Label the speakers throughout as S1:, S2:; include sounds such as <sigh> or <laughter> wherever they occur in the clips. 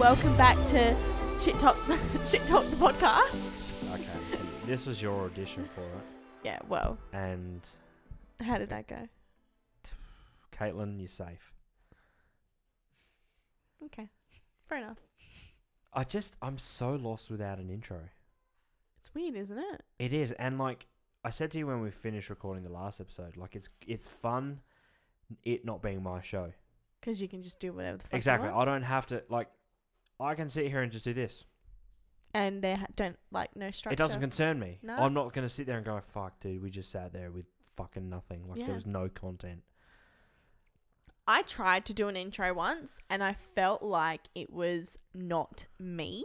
S1: welcome back to Shit Talk, <laughs> Shit Talk the podcast.
S2: Okay. this is your audition for it.
S1: Yeah, well,
S2: And
S1: how did I go?
S2: Caitlin, you're safe.
S1: Fair enough.
S2: I just, I'm so lost without an intro.
S1: It's weird, isn't it?
S2: It is, and like I said to you when we finished recording the last episode, like it's it's fun, it not being my show.
S1: Because you can just do whatever the fuck you
S2: exactly.
S1: want.
S2: I don't have to like. I can sit here and just do this.
S1: and they ha- don't like no structure.
S2: It doesn't concern me.
S1: No.
S2: I'm not gonna sit there and go, "Fuck, dude, we just sat there with fucking nothing. Like
S1: Yeah.
S2: there was no content."
S1: I tried to do an intro once, and I felt like it was not me.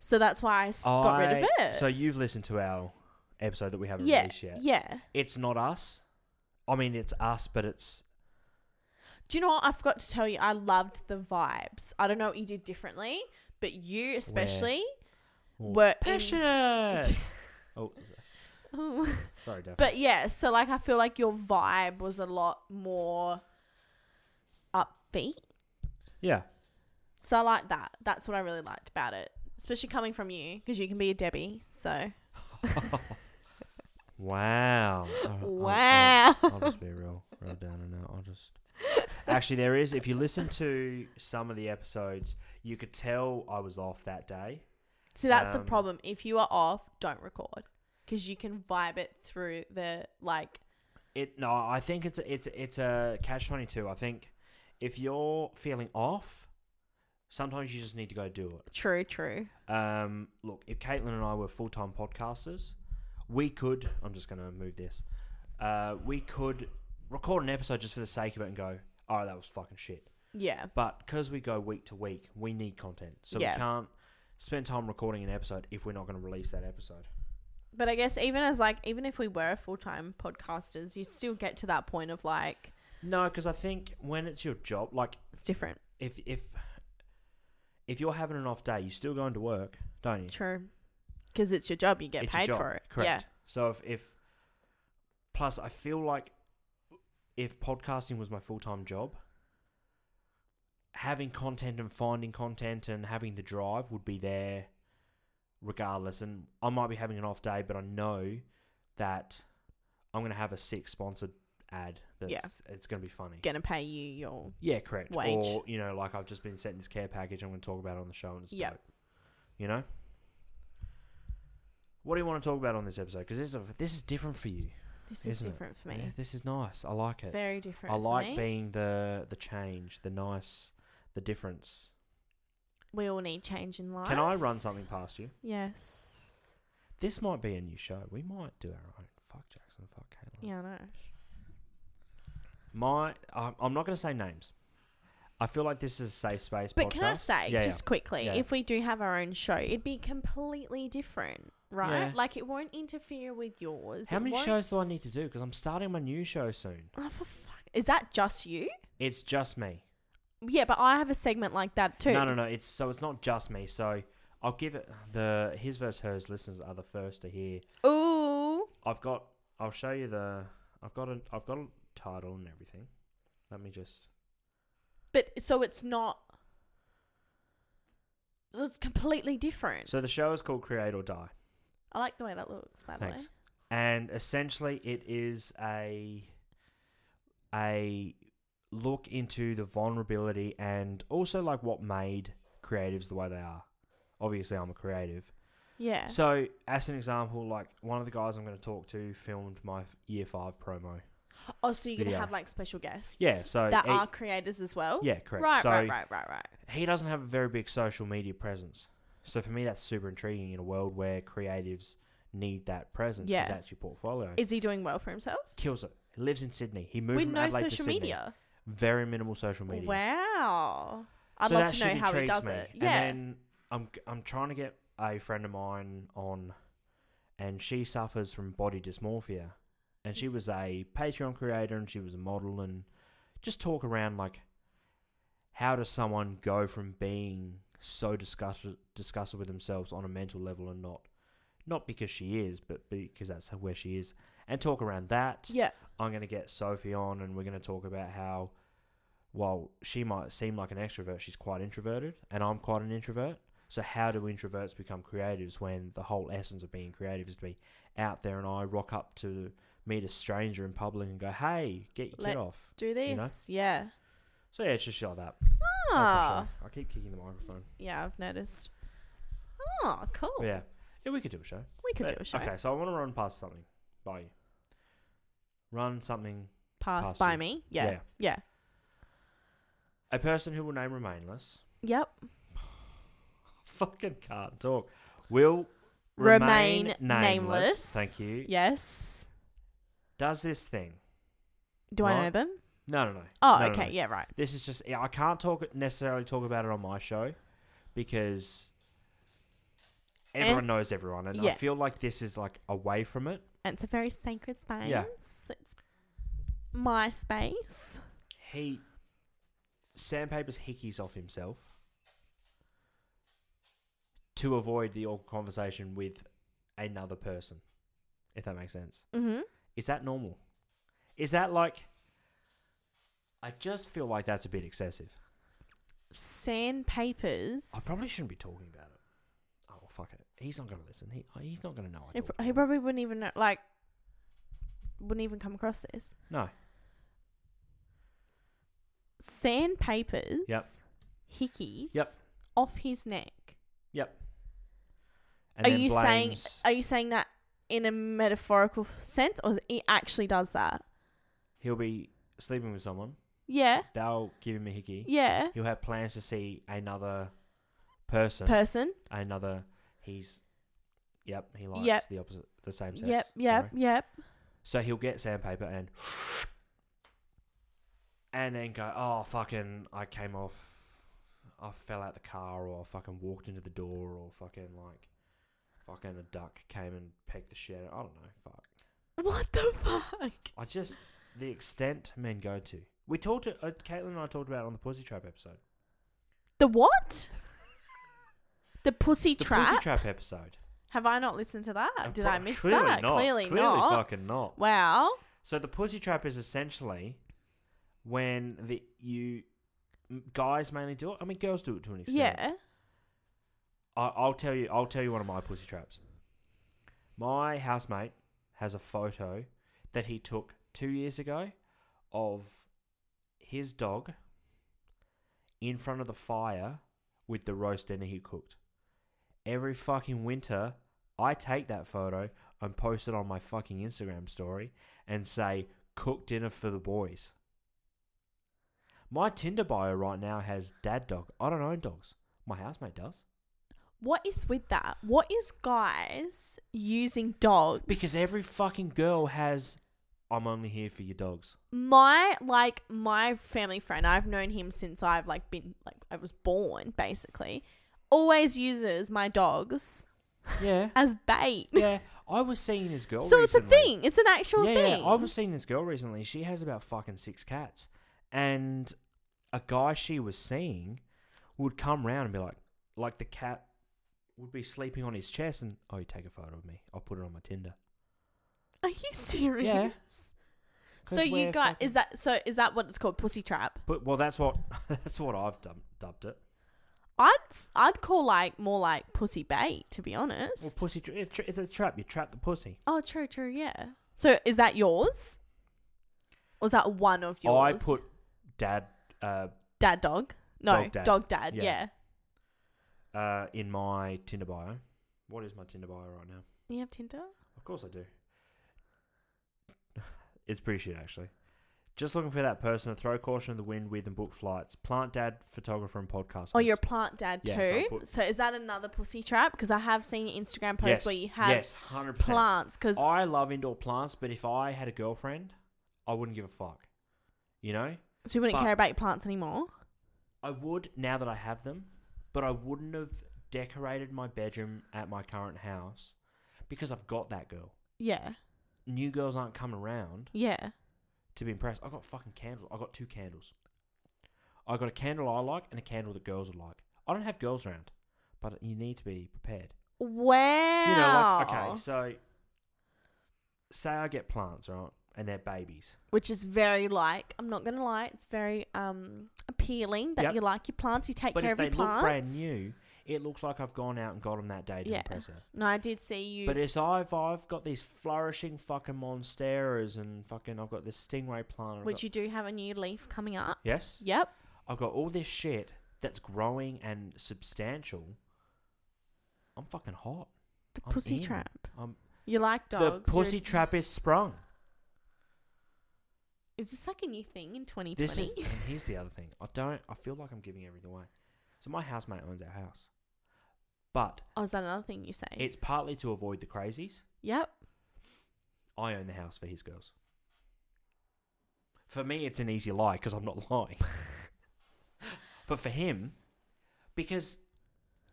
S1: So that's why I s- got rid of
S2: I-
S1: it.
S2: So you've listened to our episode that we haven't
S1: yeah,
S2: released yet.
S1: yeah.
S2: It's not us. I mean, it's us, but it's
S1: Do you know what? I forgot to tell you, I loved the vibes. I don't know what you did differently, but you especially
S2: more
S1: were in-
S2: passionate. <laughs> oh, s-
S1: <laughs> Ooh.
S2: sorry, Dave.
S1: but yeah, so like I feel like your vibe was a lot more upbeat.
S2: yeah.
S1: So I like that. That's what I really liked about it, especially coming from you because you can be a Debbie. So
S2: Uh, Wow.
S1: wow. <laughs>
S2: I'll, just be real, real down and out. I'll just. Actually, there is. If you listen to some of the episodes, you could tell I was off that day.
S1: See, that's the
S2: Um,
S1: problem. If you are off, don't record because you can vibe it through the like.
S2: It no, I think it's a- it's a- it's a catch twenty two. I think if you're feeling off, sometimes you just need to go do
S1: True, true.
S2: it. Um, look, if Caitlin and I were full time podcasters, we could. I'm just gonna move this. Uh, we could record an episode just for the sake of it and go, oh, that was fucking shit.
S1: Yeah,
S2: But because we go week to week, we need content. So
S1: Yeah.
S2: we can't spend time recording an episode if we're not going to release that episode.
S1: but I guess even as like even if we were full time podcasters, you still get to that point of like
S2: No, because I think when it's your job, like
S1: it's different.
S2: if if if you're having an off day, you still go into work, don't you?
S1: True, because it's your job. You get
S2: It's your
S1: paid
S2: job,
S1: for it.
S2: Correct. So if, if plus I feel like if podcasting was my full time job, having content and finding content and having the drive would be there regardless. And I might be having an off day, but I know that I'm gonna have a sick sponsored ad that's it's gonna be funny.
S1: Yeah, gonna pay you your
S2: yeah, correct.
S1: Wage.
S2: Or, you know, like I've just been sent this care package, I'm gonna talk about it on the show and it's
S1: Yep.
S2: dope. You know? What do you want to talk about on this episode? Because this is, this is different for you.
S1: This is
S2: Isn't it?
S1: different for
S2: Yeah,
S1: me.
S2: this is nice. I like it.
S1: Very different.
S2: I
S1: for
S2: like
S1: me.
S2: being the the change, the nice, the difference.
S1: We all need change in life.
S2: Can I run something past you?
S1: Yes.
S2: This might be a new show. We might do our own. Fuck Jackson. Fuck Caitlin.
S1: Yeah, I know.
S2: My, I'm I'm not going to say names. I feel like this is a safe space.
S1: But can I
S2: podcast.
S1: say
S2: Yeah, yeah.
S1: just quickly,
S2: Yeah.
S1: if we do have our own show, it'd be completely different, right?
S2: Yeah.
S1: Like it won't interfere with yours.
S2: How
S1: It
S2: many
S1: won't-
S2: shows do I need to do? Because I'm starting my new show soon.
S1: Oh, for fuck. Is that just you?
S2: It's just me.
S1: Yeah, but I have a segment like that too.
S2: No, no, no. It's so it's not just me. So I'll give it the his versus hers listeners are the first to hear.
S1: Ooh.
S2: I've got. I'll show you the. I've got a. I've got a title and everything. Let me just.
S1: But so it's not. So it's completely different.
S2: So the show is called Create or Die,
S1: I like the way that looks, by the way.
S2: Thanks. and essentially it is a a look into the vulnerability and also like what made creatives the way they are. Obviously, I'm a creative.
S1: Yeah.
S2: So, as an example, like one of the guys I'm going to talk to filmed my f- year five promo.
S1: oh, so you're going to
S2: video.
S1: have like special guests?
S2: Yeah, so
S1: That
S2: he-
S1: are creators as well?
S2: yeah, correct.
S1: Right,
S2: so
S1: right, right, right, right.
S2: he doesn't have a very big social media presence. So for me, that's super intriguing in a world where creatives need that presence because
S1: Yeah.
S2: that's your portfolio.
S1: Is he doing well for himself?
S2: Kills it. He lives in Sydney. He moved
S1: With
S2: from
S1: no
S2: Adelaide to
S1: social
S2: Sydney.
S1: media.
S2: Very minimal social media.
S1: Wow. I'd
S2: So
S1: love
S2: that
S1: to know
S2: shit
S1: how he
S2: intrigues
S1: does
S2: me.
S1: it. Yeah.
S2: And then I'm I'm trying to get a friend of mine on, and she suffers from body dysmorphia, and she was a Patreon creator and she was a model and just talk around like, how does someone go from being so disgusted disgusted with themselves on a mental level and not not because she is, but because that's where she is, and talk around that.
S1: yeah.
S2: I'm going to get Sophie on and we're going to talk about how while she might seem like an extrovert, she's quite introverted, and I'm quite an introvert. So how do introverts become creatives when the whole essence of being creative is to be out there and I rock up to meet a stranger in public and go, "Hey, get your
S1: Let's
S2: kid off."
S1: do
S2: you know?
S1: this. Yeah.
S2: So yeah, it's just shit like that. That's my
S1: Ah.
S2: show. I keep kicking the microphone.
S1: Yeah, I've noticed. Oh, cool.
S2: But yeah, yeah, we could do a show.
S1: We could
S2: But-
S1: do a show.
S2: Okay, so I want to run past something by you. Run something.
S1: Pass
S2: Pass
S1: by
S2: you.
S1: me. Yeah.
S2: Yeah.
S1: Yeah.
S2: A person who will name remainless.
S1: Yep.
S2: Fucking can't talk. Will
S1: Remain
S2: remain,
S1: nameless.
S2: nameless. Thank you.
S1: Yes.
S2: Does this thing?
S1: Do I know
S2: Right.
S1: them?
S2: No, no, no.
S1: Oh,
S2: No, no,
S1: okay.
S2: no.
S1: Yeah, right.
S2: This is just. I can't talk necessarily talk about it on my show because everyone knows everyone, and
S1: Eh? yeah.
S2: I feel like this is like away from it.
S1: And it's a very sacred space.
S2: Yeah.
S1: It's my space.
S2: He sandpapers hickeys off himself to avoid the awkward conversation with another person. If that makes sense.
S1: Mm-hmm.
S2: Is that normal? Is that like. I just feel like that's a bit excessive.
S1: Sandpapers.
S2: I probably shouldn't be talking about it. Oh, well, fuck it. He's not going to listen. He, uh, he's not going to know I
S1: He,
S2: talk
S1: pr-
S2: about
S1: he
S2: it.
S1: probably wouldn't even know, like, wouldn't even come across this.
S2: No.
S1: Sandpapers.
S2: Yep.
S1: Hickeys.
S2: Yep.
S1: Off his neck.
S2: Yep. And
S1: Are
S2: then
S1: you saying? uh,
S2: blames-
S1: Are you saying that in a metaphorical sense, or he actually does that?
S2: he'll be sleeping with someone?
S1: Yeah.
S2: They'll give him a hickey.
S1: Yeah.
S2: He'll have plans to see another person.
S1: Person.
S2: another. He's. Yep. He likes
S1: Yep.
S2: the opposite, the same sex.
S1: Yep. Yep.
S2: sorry.
S1: Yep.
S2: So he'll get sandpaper and and then go, oh fucking, I came off, I fell out the car, or I fucking walked into the door, or fucking like, fucking a duck came and pecked the shit. out- I don't know, fuck.
S1: What the fuck?
S2: I just the extent men go to. We talked, to, uh, Caitlin and I talked about it on the Pussy Trap episode.
S1: The what? The pussy
S2: The
S1: trap.
S2: Pussy Trap episode.
S1: Have I not listened to that?
S2: And
S1: Did
S2: pro-
S1: I miss
S2: clearly
S1: that?
S2: Not,
S1: Clearly,
S2: clearly
S1: not.
S2: fucking not.
S1: Wow.
S2: So the pussy trap is essentially when the you m- guys mainly do it. I mean, girls do it to an extent.
S1: Yeah.
S2: I, I'll tell you. I'll tell you one of my pussy traps. My housemate has a photo that he took two years ago of his dog in front of the fire with the roast dinner he cooked. Every fucking winter, I take that photo and post it on my fucking Instagram story and say, "Cook dinner for the boys." My Tinder bio right now has dad dog. I don't own dogs. My housemate does.
S1: What is with that? What is guys using dogs?
S2: Because every fucking girl has, I'm only here for your dogs.
S1: my like my family friend, I've known him since I've like been like I was born basically. Always uses my dogs
S2: Yeah.
S1: as bait.
S2: <laughs> yeah. I was seeing this
S1: <laughs>
S2: girl
S1: so it's a
S2: recently.
S1: thing. It's an actual
S2: yeah,
S1: thing.
S2: yeah. I was seeing this girl recently. She has about fucking six cats. And a guy she was seeing would come round and be like, like the cat would be sleeping on his chest and, oh, you take a photo of me. I'll put it on my Tinder.
S1: <laughs> Are you serious?
S2: Yeah.
S1: So
S2: 'Cause
S1: you
S2: we're
S1: got
S2: fucking-
S1: is that so is that what it's called pussy trap?
S2: But, well, that's what <laughs> that's what I've dub- dubbed it.
S1: I'd s- I'd call like more like pussy bait to be honest.
S2: Well, pussy, tra- it's tra- it's a trap. You trap the pussy.
S1: Oh, true, true, yeah. So is that yours? Or is that one of yours?
S2: Oh, I put dad, uh,
S1: dad dog. No, dog
S2: Dog
S1: dad.
S2: dad.
S1: yeah.
S2: Yeah. uh, in my Tinder bio. What is my Tinder bio right now?
S1: You have Tinder?
S2: Of course I do. <laughs> it's pretty shit, actually. Just looking for that person to throw caution to the wind with and book flights. Plant dad, photographer, and podcast.
S1: Oh, you're a
S2: host.
S1: plant dad
S2: Yeah, so I
S1: too.
S2: put-
S1: so is that another pussy trap? Because I have seen an Instagram post
S2: yes,
S1: where you have
S2: yes, hundred percent. Oh,
S1: plants. Because
S2: I love indoor plants, but if I had a girlfriend, I wouldn't give a fuck. You know,
S1: so you wouldn't
S2: but-
S1: care about your plants anymore.
S2: I would now that I have them, but I wouldn't have decorated my bedroom at my current house because I've got that girl.
S1: Yeah,
S2: New girls aren't coming around.
S1: yeah.
S2: to be impressed. I got fucking candles. I got two candles. I got a candle I like and a candle that girls would like. I don't have girls around, but you need to be prepared.
S1: Wow.
S2: You know, like okay, so say I get plants, right? and they're babies.
S1: which is very like I'm not gonna lie, it's very um appealing that
S2: Yep.
S1: you like your plants, you take
S2: But
S1: care
S2: if
S1: of your
S2: they look
S1: plants.
S2: brand new, it looks like I've gone out and got them that day to
S1: Yeah.
S2: impress her.
S1: No, I did see you.
S2: But it's I've I've got these flourishing fucking monsteras and fucking I've got this stingray plant. I've
S1: which
S2: got-
S1: you do have a new leaf coming up.
S2: yes,
S1: Yep.
S2: I've got all this shit that's growing and substantial. I'm fucking hot.
S1: The
S2: I'm
S1: pussy
S2: in.
S1: trap.
S2: I'm,
S1: You like dogs.
S2: the
S1: you're-
S2: pussy trap is sprung.
S1: Is this like a new thing in 2020?
S2: This is,
S1: <laughs>
S2: and here's the other thing. I don't. I feel like I'm giving everything away. So my housemate owns our house, but
S1: oh, is that another thing you say?
S2: it's partly to avoid the crazies.
S1: yep.
S2: I own the house for his girls. For me, it's an easy lie because I'm not <laughs> lying. but for him, because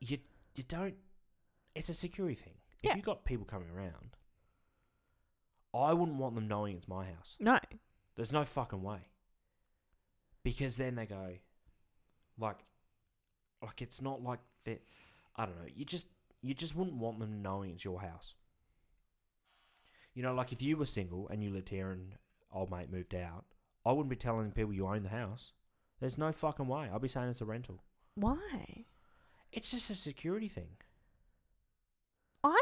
S2: you you don't, it's a security thing.
S1: Yeah.
S2: If you got people coming around, I wouldn't want them knowing it's my house.
S1: No.
S2: There's no fucking way. Because then they go, like, like it's not like that. I don't know. You just you just wouldn't want them knowing it's your house. You know, like if you were single and you lived here and old mate moved out, I wouldn't be telling people you own the house. There's no fucking way. I'd be saying it's a rental.
S1: Why?
S2: It's just a security thing.
S1: I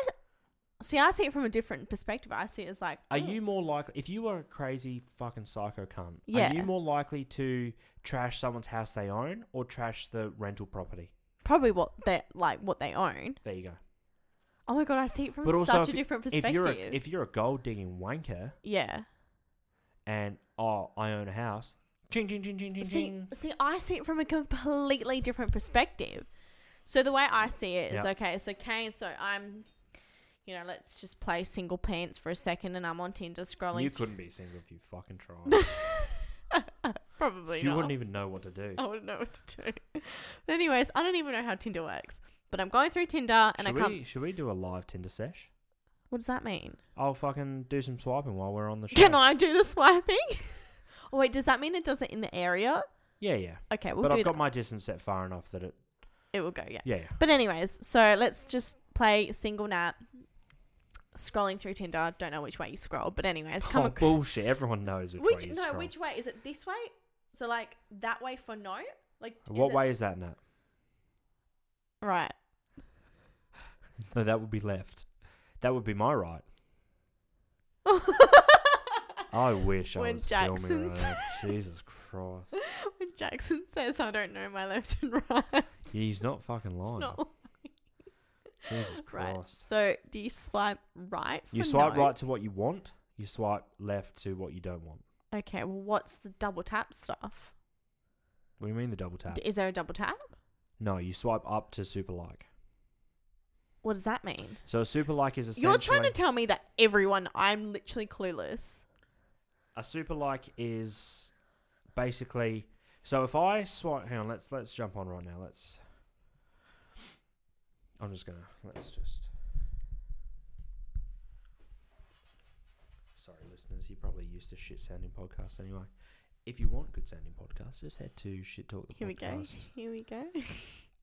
S1: see. I see it from a different perspective. I see it as like,
S2: Are
S1: oh,
S2: you more likely if you were a crazy fucking psycho cunt?
S1: Yeah.
S2: Are you more likely to trash someone's house they own or trash the rental property?
S1: probably what they like what they own?
S2: There you go.
S1: Oh my god, I see it from
S2: But also
S1: such
S2: if-
S1: a different perspective.
S2: if you're a, if you're a gold digging wanker
S1: yeah.
S2: and oh I own a house, ching ching ching ching ching
S1: See,
S2: ching.
S1: see, I see it from a completely different perspective. So the way I see it is
S2: Yeah.
S1: okay. So Kane, so I'm, you know, let's just play single pants for a second, and I'm on Tinder scrolling.
S2: You couldn't be single if you
S1: <laughs>
S2: fucking tried.
S1: probably
S2: you
S1: not. Oh,
S2: wouldn't even know what to do.
S1: I wouldn't know what to do. <laughs> But anyways, I don't even know how Tinder works. But I'm going through Tinder and
S2: should
S1: I can't.
S2: we should we do a live Tinder sesh?
S1: What does that mean?
S2: I'll fucking do some swiping while we're on the show.
S1: Can I do the swiping? <laughs> oh wait, does that mean it does it in the area?
S2: Yeah, yeah.
S1: Okay, we'll
S2: but
S1: do
S2: I've
S1: that.
S2: got my distance set far enough that it.
S1: it will go. Yeah.
S2: Yeah, yeah.
S1: But anyways, so let's just play single nap. Scrolling through Tinder, don't know which way you scroll, but
S2: <laughs>
S1: anyways, come
S2: oh,
S1: ac-
S2: bullshit! Everyone knows which,
S1: which
S2: way. you
S1: no,
S2: scroll.
S1: which way is it? This way? So like that way for no? Like is
S2: What
S1: it-
S2: way is that, Nat?
S1: Right.
S2: <laughs> No, that would be left. That would be my right. <laughs> I wish I
S1: When
S2: was filming
S1: Jackson's-
S2: right now. Jesus Christ.
S1: <laughs> When Jackson says, "I don't know my left and right,"
S2: He's not fucking
S1: it's
S2: lying.
S1: not
S2: <laughs> Jesus
S1: <laughs> right.
S2: Christ.
S1: So do you swipe right? For
S2: You swipe
S1: no?
S2: right to what you want. You swipe left to what you don't want.
S1: Okay. Well, what's the double tap stuff?
S2: What do you mean the double tap?
S1: D- Is there a double tap?
S2: No, you swipe up to super like.
S1: What does that mean?
S2: So a super like is essentially
S1: You're trying to tell me that everyone. I'm literally clueless.
S2: a super like is basically. So if I swipe, hang on, let's let's jump on right now. Let's. I'm just gonna let's just. Sorry, listeners, you're probably used to shit sounding podcasts anyway. If you want good sounding podcasts, just head to shit talk. the
S1: Here we go.
S2: Podcast.
S1: Here we
S2: <laughs>
S1: go.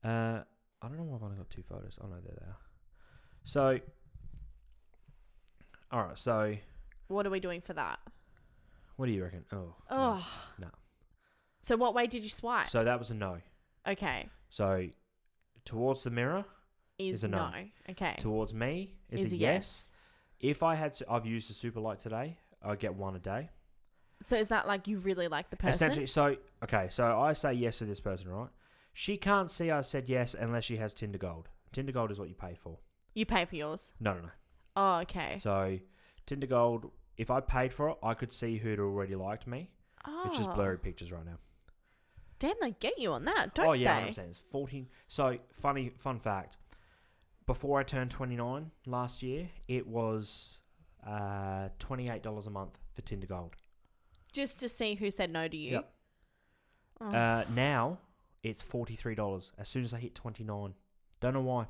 S2: Uh, I don't know why I've only got two photos. Oh no, there they are. So, all right. So,
S1: What are we doing for that?
S2: what do you reckon? Oh, no.
S1: Oh.
S2: No.
S1: So what way did you swipe?
S2: So that was a no.
S1: okay.
S2: So, towards the mirror,
S1: Is,
S2: Is a
S1: no.
S2: no.
S1: Okay.
S2: towards me is, a, yes. If I had, to, I've used a super light today. I get one a day.
S1: So is that like you really like the person?
S2: Essentially, so okay. So I say yes to this person, right? She can't see I said yes unless she has Tinder Gold. Tinder Gold is what you pay for.
S1: You pay for yours.
S2: No, no, no.
S1: Oh, okay.
S2: So Tinder Gold, if I paid for it, I could see who'd already liked me.
S1: oh.
S2: It's just blurry pictures right now.
S1: Damn, they get you on that, don't
S2: oh yeah,
S1: they?
S2: I'm saying it's 14. So funny, fun fact. Before I turned 29 last year, it was uh, $28 a month for Tinder Gold.
S1: Just to see who said no to you.
S2: Yep.
S1: Oh.
S2: Uh, now it's $43 as soon as I hit 29. Don't know why.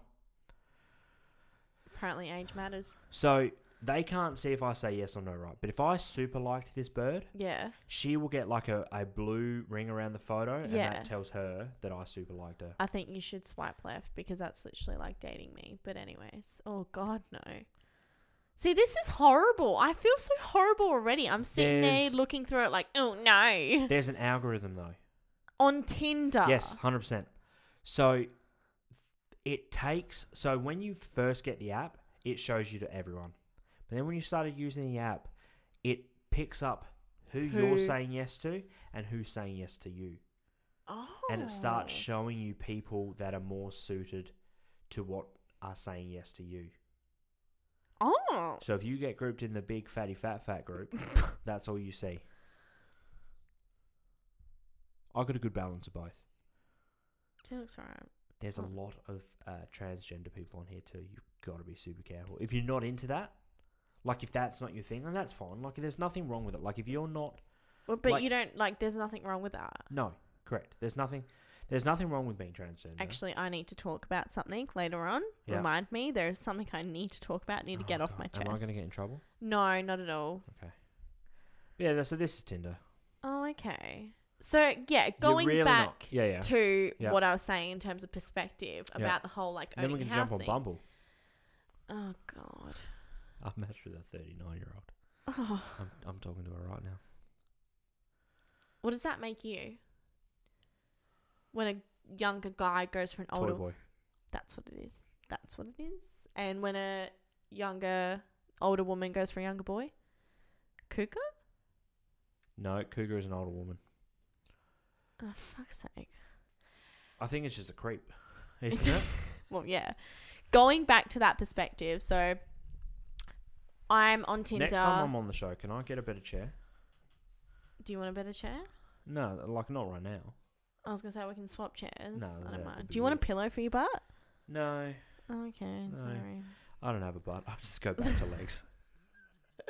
S1: Apparently, age matters.
S2: So they can't see if I say yes or no, right? But if I super liked this bird,
S1: Yeah.
S2: she will get like a, a blue ring around the photo, and
S1: Yeah.
S2: that tells her that I super liked her.
S1: I think you should swipe left because that's literally like dating me. But anyways, oh god, no. See, this is horrible. I feel so horrible already. I'm sitting
S2: There's-
S1: there looking through it like, oh no.
S2: There's an algorithm though.
S1: On Tinder.
S2: Yes, hundred percent. So it takes so when you first get the app, it shows you to everyone. But then when you started using the app, it picks up who,
S1: Who-
S2: you're saying yes to and who's saying yes to you.
S1: Oh.
S2: And it starts showing you people that are more suited to what are saying yes to you.
S1: Oh.
S2: So if you get grouped in the big fatty fat fat group, that's all you see. I got a good balance of both.
S1: She looks alright.
S2: There's a
S1: Mm.
S2: lot of uh, transgender people on here too. You've got to be super careful. If you're not into that, like if that's not your thing, then that's fine. Like there's nothing wrong with it. Like if you're not,
S1: Well, but
S2: Like-
S1: you don't like. There's nothing wrong with that.
S2: no, correct. There's nothing. There's nothing wrong with being transgender.
S1: Actually, I need to talk about something later on.
S2: Yeah.
S1: Remind me, there is something I need to talk about. Need to
S2: Oh
S1: get off
S2: God,
S1: my chest.
S2: Am I going to get in trouble?
S1: No, not at all.
S2: Yeah. that's- So this is Tinder.
S1: Oh, okay. So yeah, going
S2: you're really
S1: back
S2: Not, yeah, yeah.
S1: to
S2: Yeah.
S1: what I was saying in terms of perspective
S2: Yeah.
S1: about the whole like
S2: then we
S1: owning
S2: can
S1: a house
S2: jump on
S1: thing.
S2: Bumble.
S1: Oh God.
S2: I've matched with a 39 year old.
S1: Oh,
S2: I'm, I'm talking to her right now.
S1: what does that make you? When a younger guy goes for an older,
S2: Toy boy.
S1: that's what it is. That's what it is. And when a younger older woman goes for a younger boy, cougar.
S2: No, Cougar is an older woman.
S1: Oh, fuck's sake.
S2: I think it's just a creep, <laughs>
S1: <laughs>
S2: isn't it?
S1: Well, yeah. Going back to that perspective, so I'm on Tinder.
S2: Next time I'm on the show, can I get a better chair?
S1: Do you want a better chair?
S2: No, like not right now.
S1: I was gonna say we can swap chairs.
S2: No,
S1: I
S2: that'd
S1: don't mind.
S2: be
S1: Do you want a
S2: weird.
S1: pillow for your butt?
S2: No,
S1: Oh, okay,
S2: No.
S1: sorry.
S2: I don't have a butt. I just go back to legs.
S1: <laughs>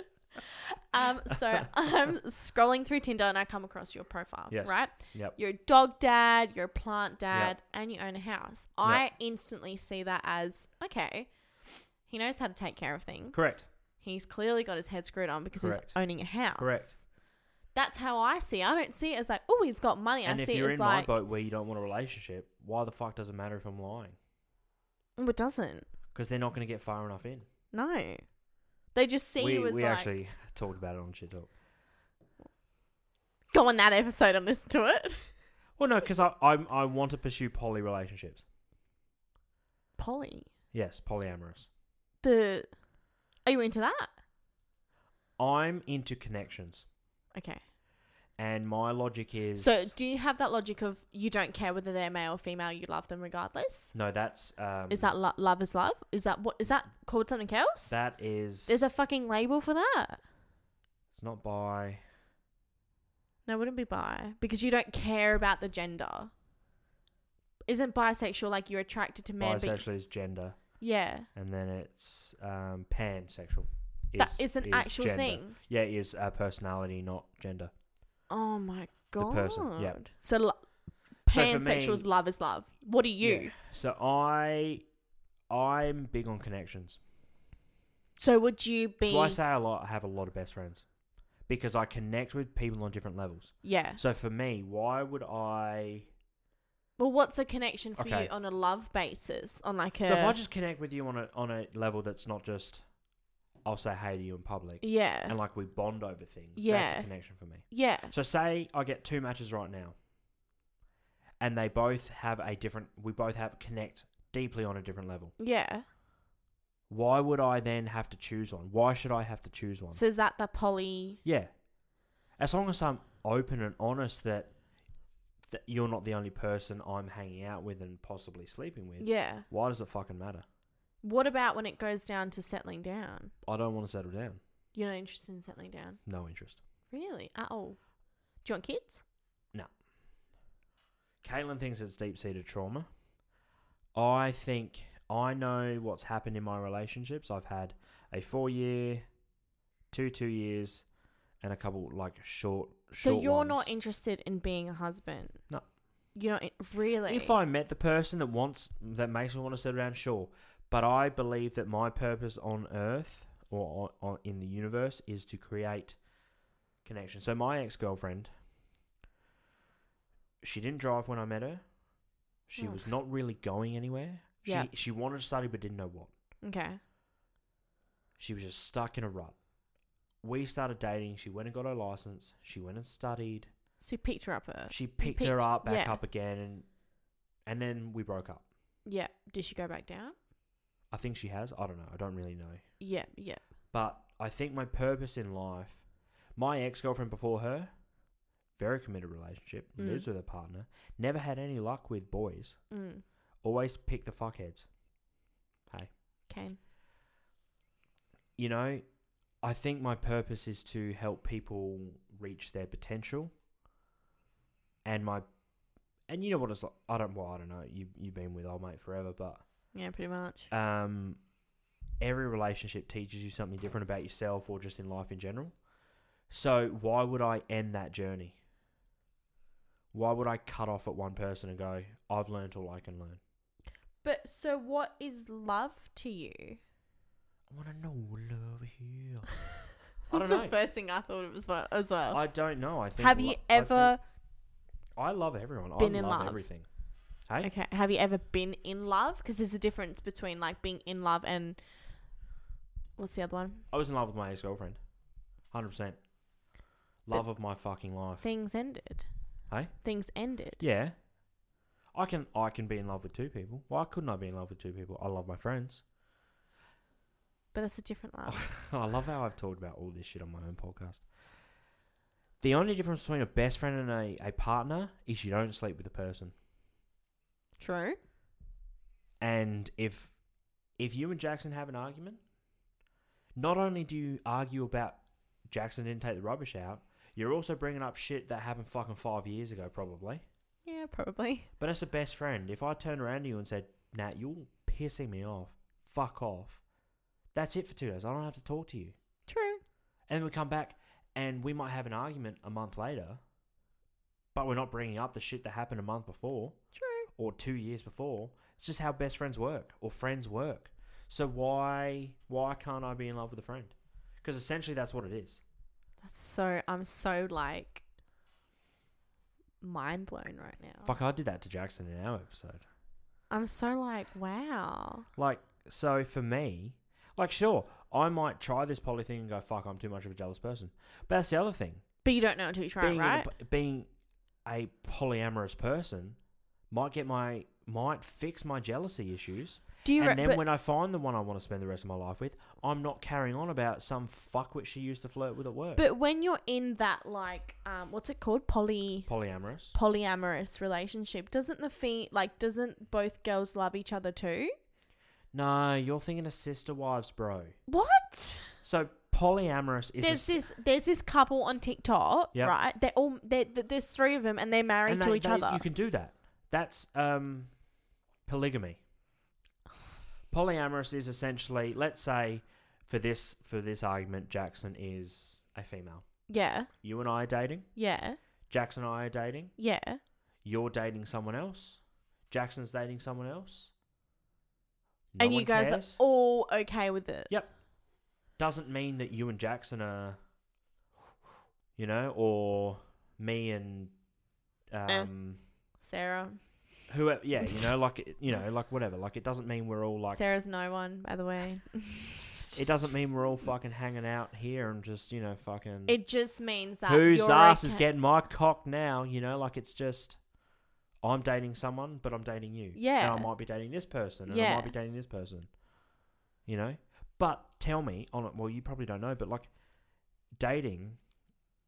S1: Um, so
S2: <laughs>
S1: I'm scrolling through Tinder and I come across your profile,
S2: Yes.
S1: right?
S2: Yep.
S1: You're a dog dad, you're a plant dad, and you own a house. I instantly see that as okay. He knows how to take care of things.
S2: Correct.
S1: He's clearly got his head screwed on because
S2: Correct.
S1: he's owning a house.
S2: Correct.
S1: That's how I see. it. I don't see it as like, oh, he's got money.
S2: and
S1: I
S2: if
S1: see it
S2: you're
S1: as
S2: in
S1: like,
S2: my boat where you don't want a relationship, why the fuck does it matter if I'm lying?
S1: "Oh, it doesn't.
S2: Because they're not going to get far enough in.
S1: No, they just see
S2: we
S1: you as
S2: we
S1: like,
S2: actually <laughs> talked about it on Shit Talk.
S1: go on that episode and listen to it.
S2: Well, no, because I, I I want to pursue poly relationships.
S1: Polly,
S2: Yes, polyamorous.
S1: the are you into that?
S2: I'm into connections,
S1: Okay.
S2: and my logic is
S1: So do you have that logic of you don't care whether they're male or female, you love them regardless?
S2: no. That's um,
S1: Is that lo- love is love? Is that what is that called something else?
S2: that is
S1: There's a fucking label for that.
S2: it's not by
S1: No, it wouldn't be bi because you don't care about the gender. Isn't bisexual like you're attracted to men? But
S2: bisexual is gender,
S1: yeah,
S2: and then it's um, pansexual.
S1: that is an actual
S2: gender.
S1: thing.
S2: Yeah, it is uh, personality, not gender.
S1: Oh my
S2: The
S1: god.
S2: person, yeah.
S1: So lo-
S2: So for
S1: pansexual is
S2: me-
S1: love is love. What are you?
S2: Yeah. So I, I'm big on connections.
S1: So would you
S2: That's
S1: be?
S2: why I say a lot. I have a lot of best friends because I connect with people on different levels.
S1: yeah.
S2: So for me, why would I?
S1: Well, what's a connection for
S2: Okay.
S1: you on a love basis? On like a
S2: So if I just connect with you on a on a level that's not just, I'll say hey to you in public,
S1: yeah
S2: and like we bond over things. that's
S1: Yeah.
S2: a connection for me.
S1: yeah
S2: So say I get two matches right now, and they both have a different. We both have connect deeply on a different level.
S1: yeah.
S2: Why would I then have to choose one? Why should I have to choose one?
S1: So is that the poly?
S2: yeah, as long as I'm open and honest that that you're not the only person I'm hanging out with and possibly sleeping with.
S1: Yeah.
S2: Why does it fucking matter?
S1: What about when it goes down to settling down?
S2: I don't want to settle down.
S1: You're not interested in settling down,
S2: No interest.
S1: really? At all? Do you want kids?
S2: Caitlin thinks it's deep seated trauma. I think I know what's happened in my relationships. I've had a four year, two two years, and a couple like short.
S1: So
S2: short
S1: you're
S2: ones.
S1: not interested in being a husband?
S2: No.
S1: You're not in- really.
S2: If I met the person that wants that makes me want to sit around, sure. But I believe that my purpose on Earth or on, on, in the universe is to create connection. So my ex girlfriend, she didn't drive when I met her. She
S1: Oh.
S2: was not really going anywhere. She
S1: Yeah.
S2: she wanted to study but didn't know what.
S1: okay.
S2: She was just stuck in a rut. We started dating. She went and got her license. She went and studied.
S1: So you picked her up. uh,
S2: She
S1: picked-
S2: picked, her up back
S1: yeah.
S2: up again, and and then we broke up.
S1: Yeah. Did she go back down?
S2: I think she has. I don't know. I don't really know.
S1: Yeah. Yeah.
S2: But I think my purpose in life, my ex girlfriend before her, very committed relationship,
S1: Mm.
S2: lives with her partner, never had any luck with boys,
S1: Mm.
S2: always picked the fuckheads.
S1: Kane.
S2: You know, I think my purpose is to help people reach their potential. And my, and you know what it's like. I don't. Well, I don't know. You you've been with old mate forever, but
S1: Yeah, pretty much.
S2: um, every relationship teaches you something different about yourself or just in life in general. So why would I end that journey? Why would I cut off at one person and go, I've learned all I can learn?
S1: But so, what is love to you?
S2: I want to know what love here. I
S1: That's
S2: don't
S1: the
S2: know.
S1: first thing I thought it was well, as well.
S2: I don't know. I think.
S1: Uh, have
S2: lo-
S1: you
S2: I think-
S1: ever
S2: I, love everyone.
S1: been
S2: I
S1: in
S2: love
S1: love?
S2: everything. Hey,
S1: okay? Have you ever been in love? Because there's a difference between like being in love and what's the other one?
S2: I was in love with my ex girlfriend. Hundred percent.
S1: But-
S2: Love of my fucking life.
S1: Things ended.
S2: Hey?
S1: Things ended.
S2: Yeah. I can I can be in love with two people. Why couldn't I be in love with two people? I love my friends.
S1: But that's a different
S2: Oh.
S1: love.
S2: <laughs> I love how I've talked about all this shit on my own podcast. The only difference between a best friend and a, a partner is you don't sleep with the person.
S1: True.
S2: And if if you and Jackson have an argument, not only do you argue about Jackson didn't take the rubbish out, you're also bringing up shit that happened fucking five years ago, probably.
S1: Yeah, probably.
S2: But that's a best friend. If I turned around to you and said, Nat, you're pissing me off. Fuck off. That's it for two days. I don't have to talk to you.
S1: True.
S2: And then we come back and we might have an argument a month later, but we're not bringing up the shit that happened a month before
S1: True.
S2: or two years before. It's just how best friends work or friends work. So why why can't I be in love with a friend? Because essentially that's what it is.
S1: That's so. I'm so like mind blown right now.
S2: Fuck, I did that to Jackson in our episode.
S1: I'm so like wow.
S2: Like, so for me, like, sure, I might try this poly thing and go, fuck, I'm too much of a jealous person. But that's the other thing.
S1: But you don't know until you try, it,
S2: being, in
S1: right?
S2: A, being a polyamorous person might get my, might fix my jealousy issues.
S1: Do you? re-
S2: and then
S1: but-
S2: when I find the one I want to spend the rest of my life with, I'm not carrying on about some fuckwit she used to flirt with at work.
S1: But when you're in that like um what's it called? Poly
S2: polyamorous.
S1: polyamorous relationship, doesn't the fee like doesn't both girls love each other too?
S2: No, you're thinking of sister wives, bro.
S1: What?
S2: So polyamorous is a
S1: there's
S2: s-
S1: this there's this couple on TikTok,
S2: Yep.
S1: right? They're all they th there's three of them and they're married
S2: and
S1: to
S2: they-
S1: each
S2: they-
S1: other.
S2: You can do that. That's um, polygamy. Polyamorous is essentially, let's say, for this for this argument, Jackson is a female.
S1: yeah.
S2: You and I are dating.
S1: Yeah.
S2: Jackson and I are dating.
S1: Yeah.
S2: You're dating someone else. Jackson's dating someone else. No
S1: and you
S2: one
S1: guys
S2: cares.
S1: are all okay with it.
S2: Yep. doesn't mean that you and Jackson are, you know, or me and
S1: Eh.
S2: um,
S1: Sarah.
S2: whoever. Yeah, you know, like it- you know, like whatever. Like it doesn't mean we're all like.
S1: Sarah's no one, by the way.
S2: It doesn't mean we're all fucking hanging out here and just, you know, fucking.
S1: <laughs> It just means that
S2: whose
S1: you're
S2: ass is
S1: okay-
S2: getting my cock now? You know, like it's just. I'm dating someone, but I'm dating you. And
S1: Yeah.
S2: I might be dating this person, and I
S1: Yeah.
S2: might be dating this person. You know? But tell me, on well, you probably don't know, but like dating,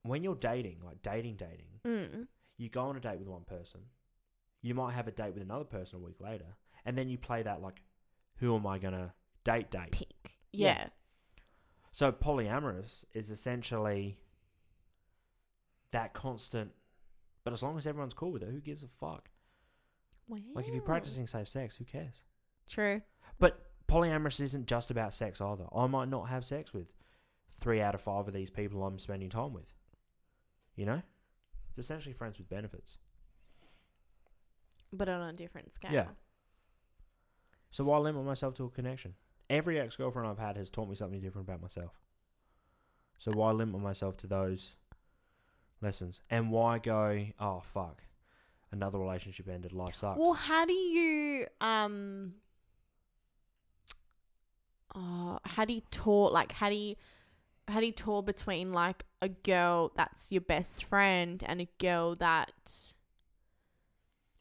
S2: when you're dating, like dating, dating,
S1: Mm.
S2: you go on a date with one person, you might have a date with another person a week later, and then you play that like, who am I going to date, date?
S1: Pink.
S2: Yeah.
S1: yeah.
S2: So polyamorous is essentially that constant. But as long as everyone's cool with it, who gives a fuck? Like if you're
S1: Wow.
S2: practicing safe sex, who cares?
S1: True.
S2: But polyamorous isn't just about sex either. I might not have sex with three out of five of these people I'm spending time with. You know, it's essentially friends with benefits.
S1: But on a different scale.
S2: Yeah. So why limit myself to a connection? Every ex girlfriend I've had has taught me something different about myself. So why limit myself to those lessons? And why go, oh fuck, another relationship ended, life sucks.
S1: Well, how do you um Oh, had he taught like had he had he tore between like a girl that's your best friend and a girl that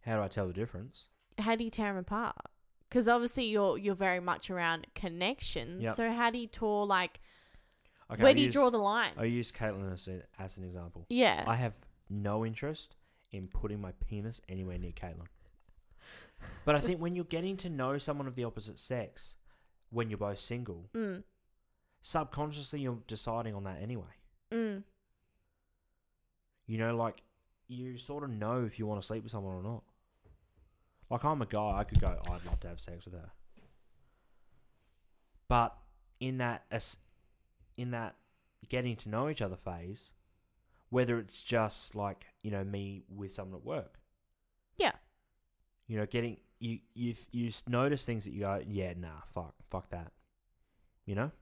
S2: How do I tell the difference?
S1: how do you tear them apart? Because obviously you're you're very much around connections.
S2: Yep.
S1: So how do you tore like
S2: Okay,
S1: where
S2: I
S1: do you
S2: use-
S1: draw the line?
S2: I use Caitlin as, a, as an example.
S1: yeah,
S2: I have no interest in putting my penis anywhere near Caitlin. But I think when you're getting to know someone of the opposite sex, when you're both single,
S1: mm,
S2: subconsciously you're deciding on that anyway.
S1: mm,
S2: You know, like you sort of know if you want to sleep with someone or not. Like I'm a guy, I could go, I'd love to have sex with her. But in that as- in that getting to know each other phase, whether it's just like, you know, me with someone at work.
S1: Yeah.
S2: You know, getting you you you s- notice things that you go, yeah, nah, fuck, fuck that. You know?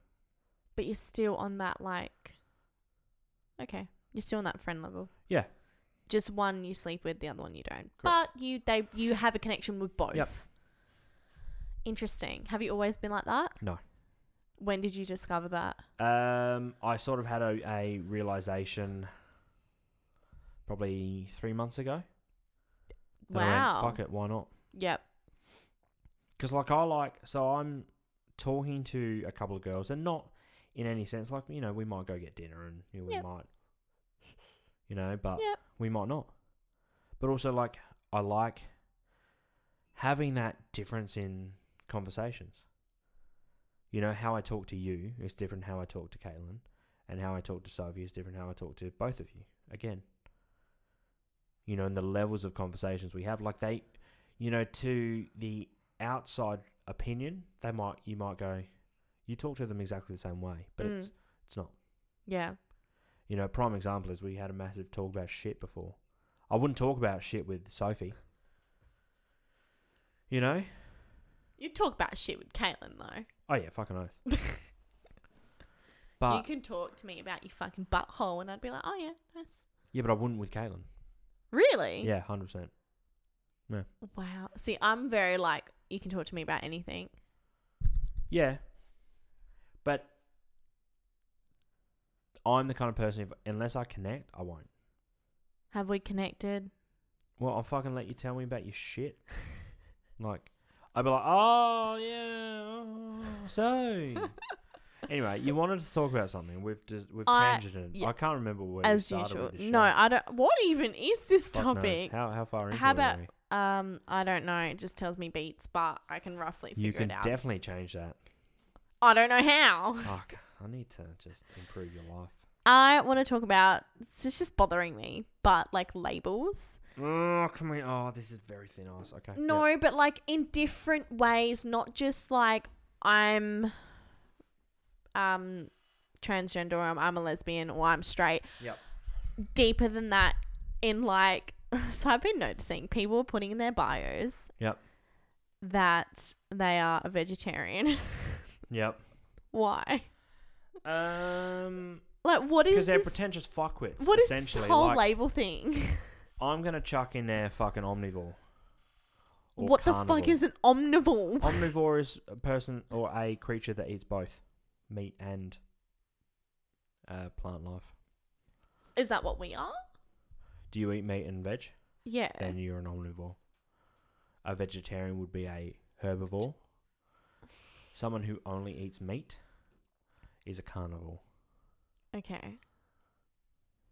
S1: but you're still on that like. Okay, you're still on that friend level.
S2: Yeah.
S1: Just one you sleep with, the other one you don't.
S2: Correct.
S1: But you they you have a connection with both.
S2: Yep.
S1: Interesting. Have you always been like that?
S2: No.
S1: When did you discover that?
S2: Um, I sort of had a, a realization probably three months ago. that
S1: wow.
S2: I went, Fuck it, why not?
S1: Yep.
S2: Because like I like, so I'm talking to a couple of girls, and not in any sense like you know we might go get dinner and you know, we
S1: Yep.
S2: might, you know, but
S1: Yep.
S2: we might not. But also like I like having that difference in conversations. You know how I talk to you is different how I talk to Caitlin, and how I talk to Sophie is different how I talk to both of you. Again, you know, and the levels of conversations we have, like they, you know, to the outside opinion, they might you might go, you talk to them exactly the same way, but it's
S1: Mm.
S2: it's not.
S1: Yeah.
S2: You know, prime example is we had a massive talk about shit before. I wouldn't talk about shit with Sophie. You know?
S1: You talk about shit with Caitlin though.
S2: Oh yeah, fucking oath. but
S1: you can talk to me about your fucking butthole, and I'd be like, oh yeah, nice.
S2: yeah, but I wouldn't with Caitlin.
S1: Really?
S2: Yeah, hundred percent.
S1: Wow. See, I'm very like, you can talk to me about anything.
S2: Yeah. But I'm the kind of person if unless I connect, I won't.
S1: Have we connected?
S2: Well, I'll fucking let you tell me about
S1: <laughs>
S2: your shit. like, I'd be like, oh yeah, oh,
S1: <laughs>
S2: so. anyway, you wanted to talk about something. We've just, we've
S1: I-
S2: tangented.
S1: yeah.
S2: I can't remember where
S1: As
S2: we started
S1: usual.
S2: with this
S1: No,
S2: show.
S1: I don't. What even is this
S2: Fuck knows.
S1: topic?
S2: How how far into
S1: How
S2: it
S1: about
S2: are we?
S1: Um, I don't know. It just tells me beats, but I can roughly figure
S2: You can
S1: it out.
S2: definitely change that.
S1: I don't know how.
S2: Fuck, I need to just improve your life.
S1: I want to talk about. It's just bothering me, but like labels.
S2: Oh come on! Oh, this is very thin ice. Okay. yeah.
S1: No, but like in different ways, not just like I'm um transgender or I'm, I'm a lesbian or I'm straight.
S2: Yep.
S1: Deeper than that in like <laughs> so I've been noticing people putting in their bios
S2: Yep.
S1: that they are a vegetarian. <laughs>
S2: Yep.
S1: Why?
S2: Um,
S1: Like what
S2: because
S1: is
S2: they're
S1: this,
S2: pretentious fuckwits.
S1: what is this
S2: essentially.
S1: whole
S2: like,
S1: label thing?
S2: I'm gonna chuck in there fucking omnivore. Or
S1: <laughs> what the fuck
S2: carnivore.
S1: is an omnivore?
S2: omnivore? Is a person or a creature that eats both meat and uh, plant life.
S1: is that what we are?
S2: Do you eat meat and veg?
S1: Yeah.
S2: Then you're an omnivore. A vegetarian would be a herbivore. Someone who only eats meat is a carnivore.
S1: Okay.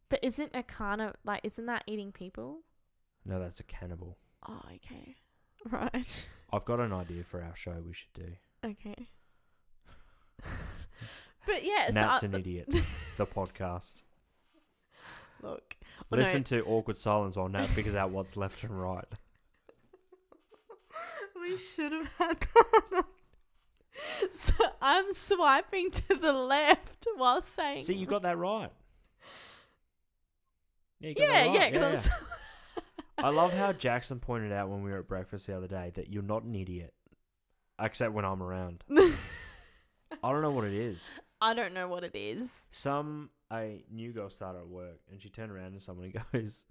S1: But isn't a carnivore like isn't that eating people?
S2: No, that's a cannibal.
S1: Oh, okay. <laughs> Right.
S2: I've got an idea for our show we should do.
S1: Okay. <laughs> but yeah, so
S2: Nat's
S1: I- <laughs>
S2: an idiot. The podcast.
S1: look. <laughs> Well, Oh, no.
S2: Listen to awkward silence while Nat figures out what's left and right.
S1: we should have had <laughs> that. on. So I'm swiping to the left while saying
S2: See, you got that right. Yeah, you got
S1: Yeah,
S2: that right.
S1: yeah, cuz I'm
S2: yeah.
S1: so- <laughs>
S2: I love how Jackson pointed out when we were at breakfast the other day that you're not an idiot, except when I'm around. I don't know what it is.
S1: I don't know what it is.
S2: Some a new girl started at work and she turned around to someone <laughs> and goes,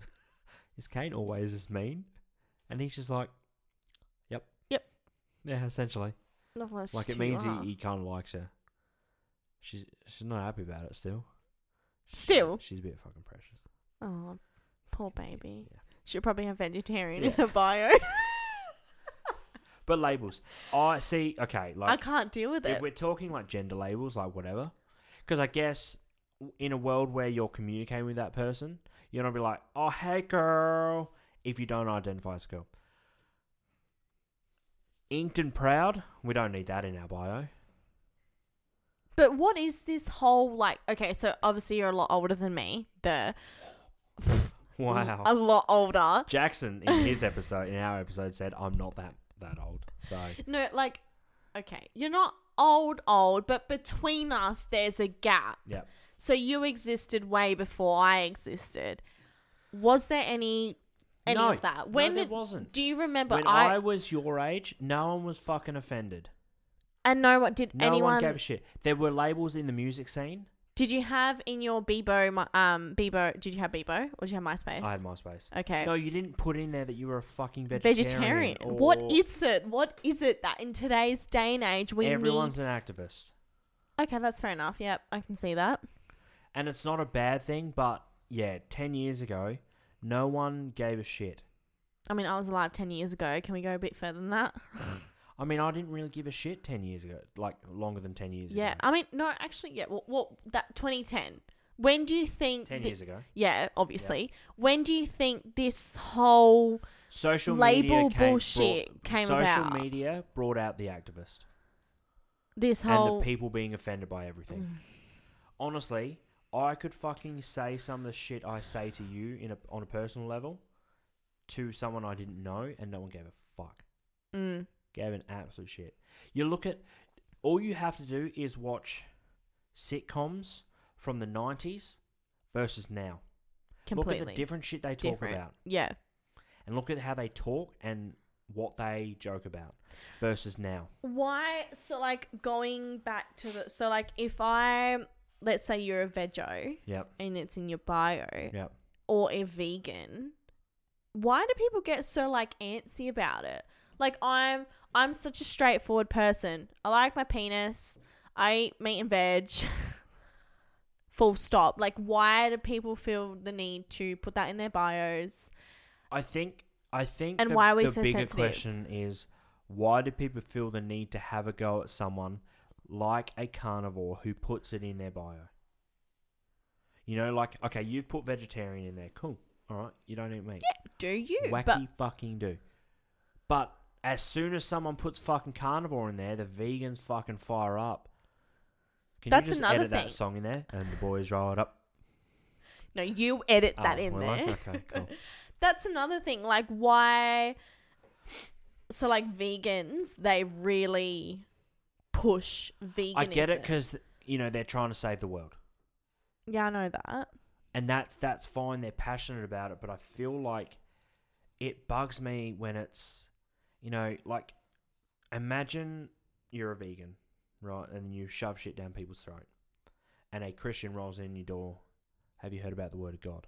S2: "Is Kane always this mean?" And he's just like, "Yep,
S1: Yep.
S2: yeah." Essentially,
S1: No, well, that's
S2: Like
S1: just
S2: it
S1: who you
S2: means he,
S1: are.
S2: he kind of likes her. She's she's not happy about it still. She's-
S1: Still?
S2: she's a bit fucking precious.
S1: Oh, poor baby.
S2: Yeah.
S1: She'll probably have vegetarian in
S2: Yeah.
S1: her
S2: <laughs>
S1: bio.
S2: But labels, I see. Okay,
S1: I
S2: like
S1: can't deal with
S2: if
S1: it.
S2: we're talking like gender labels, like whatever, because I guess w- in a world where you're communicating with that person, you're not be like, oh hey girl, if you don't identify as a girl. Inked and proud, we don't need that in
S1: <laughs>
S2: our bio.
S1: But what is this whole like? Okay, so obviously you're a lot older than me. The
S2: Wow.
S1: a lot older.
S2: Jackson in his episode, in our episode, said, "I'm not that that old." So
S1: No, like, okay, you're not old, old, but between us there's a gap.
S2: Yep.
S1: So you existed way before I existed. Was there any any
S2: No.
S1: of that?
S2: No,
S1: When
S2: there
S1: it's-
S2: wasn't.
S1: Do you remember?
S2: when
S1: I,
S2: I, was your age, no one was fucking offended.
S1: and no one did
S2: No
S1: anyone.
S2: one gave a shit. There were labels in the music scene.
S1: did you have in your Bebo my- um Bebo? Did you have Bebo or did you have MySpace?
S2: I had MySpace.
S1: okay.
S2: No, you didn't put in there that you were a fucking vegetarian.
S1: vegetarian. What
S2: or
S1: is it? What is it that in today's day and age we
S2: everyone's an activist,
S1: need? Okay, that's fair enough. Yep, I can see that.
S2: and it's not a bad thing. But yeah, ten years ago, no one gave a shit.
S1: I mean, I was alive ten years ago. Can we go a bit further than that?
S2: I mean, I didn't really give a shit ten years ago, like longer than ten years
S1: Yeah,
S2: ago.
S1: I mean, no, actually, yeah. What? what that 2010. When do you think?
S2: ten
S1: thi-
S2: years ago.
S1: Yeah, obviously. When do you think this whole?
S2: Social
S1: Label
S2: media came,
S1: bullshit
S2: brought,
S1: came
S2: social
S1: about.
S2: media brought out the activist
S1: This
S2: and
S1: whole.
S2: the people being offended by
S1: Mm.
S2: everything. Honestly, I could fucking say some of the shit I say to you in a, on a personal level to someone I didn't know, and no one gave a fuck.
S1: mm,
S2: Gave an absolute shit. You look at all you have to do is watch sitcoms from the '90s versus now.
S1: completely
S2: Look at the different shit they talk
S1: different.
S2: about,
S1: Yeah,
S2: and look at how they talk and what they joke about versus now.
S1: why so like going back to the so like if i let's say you're a veggie
S2: Yep.
S1: and it's in your bio
S2: Yep.
S1: or a vegan why do people get so like antsy about it like i'm i'm such a straightforward person i like my penis i eat meat and veg <laughs> full stop like why do people feel the need to put that in their bios
S2: I think I think
S1: And
S2: the,
S1: why are we
S2: the
S1: so
S2: bigger
S1: sensitive?
S2: question is why do people feel the need to have a go at someone like a carnivore who puts it in their bio? You know, like okay, you've put vegetarian in there, cool. All right, you don't eat meat.
S1: do you
S2: Wacky
S1: but
S2: fucking do. But as soon as someone puts fucking carnivore in there, the vegans fucking fire up. Can
S1: That's
S2: you just
S1: another
S2: edit
S1: thing.
S2: that song in there and the boys roll it up?
S1: no you edit that
S2: Oh,
S1: in
S2: well,
S1: there
S2: Okay,
S1: <laughs>
S2: cool.
S1: that's another thing like why so like vegans they really push veganism
S2: I get it because you know they're trying to save the world.
S1: yeah i know that
S2: and that's that's fine. They're passionate about it, but I feel like it bugs me when it's you know like imagine you're a vegan, right, and you shove shit down people's throat, and a Christian rolls in your door. Have you heard about the word of God?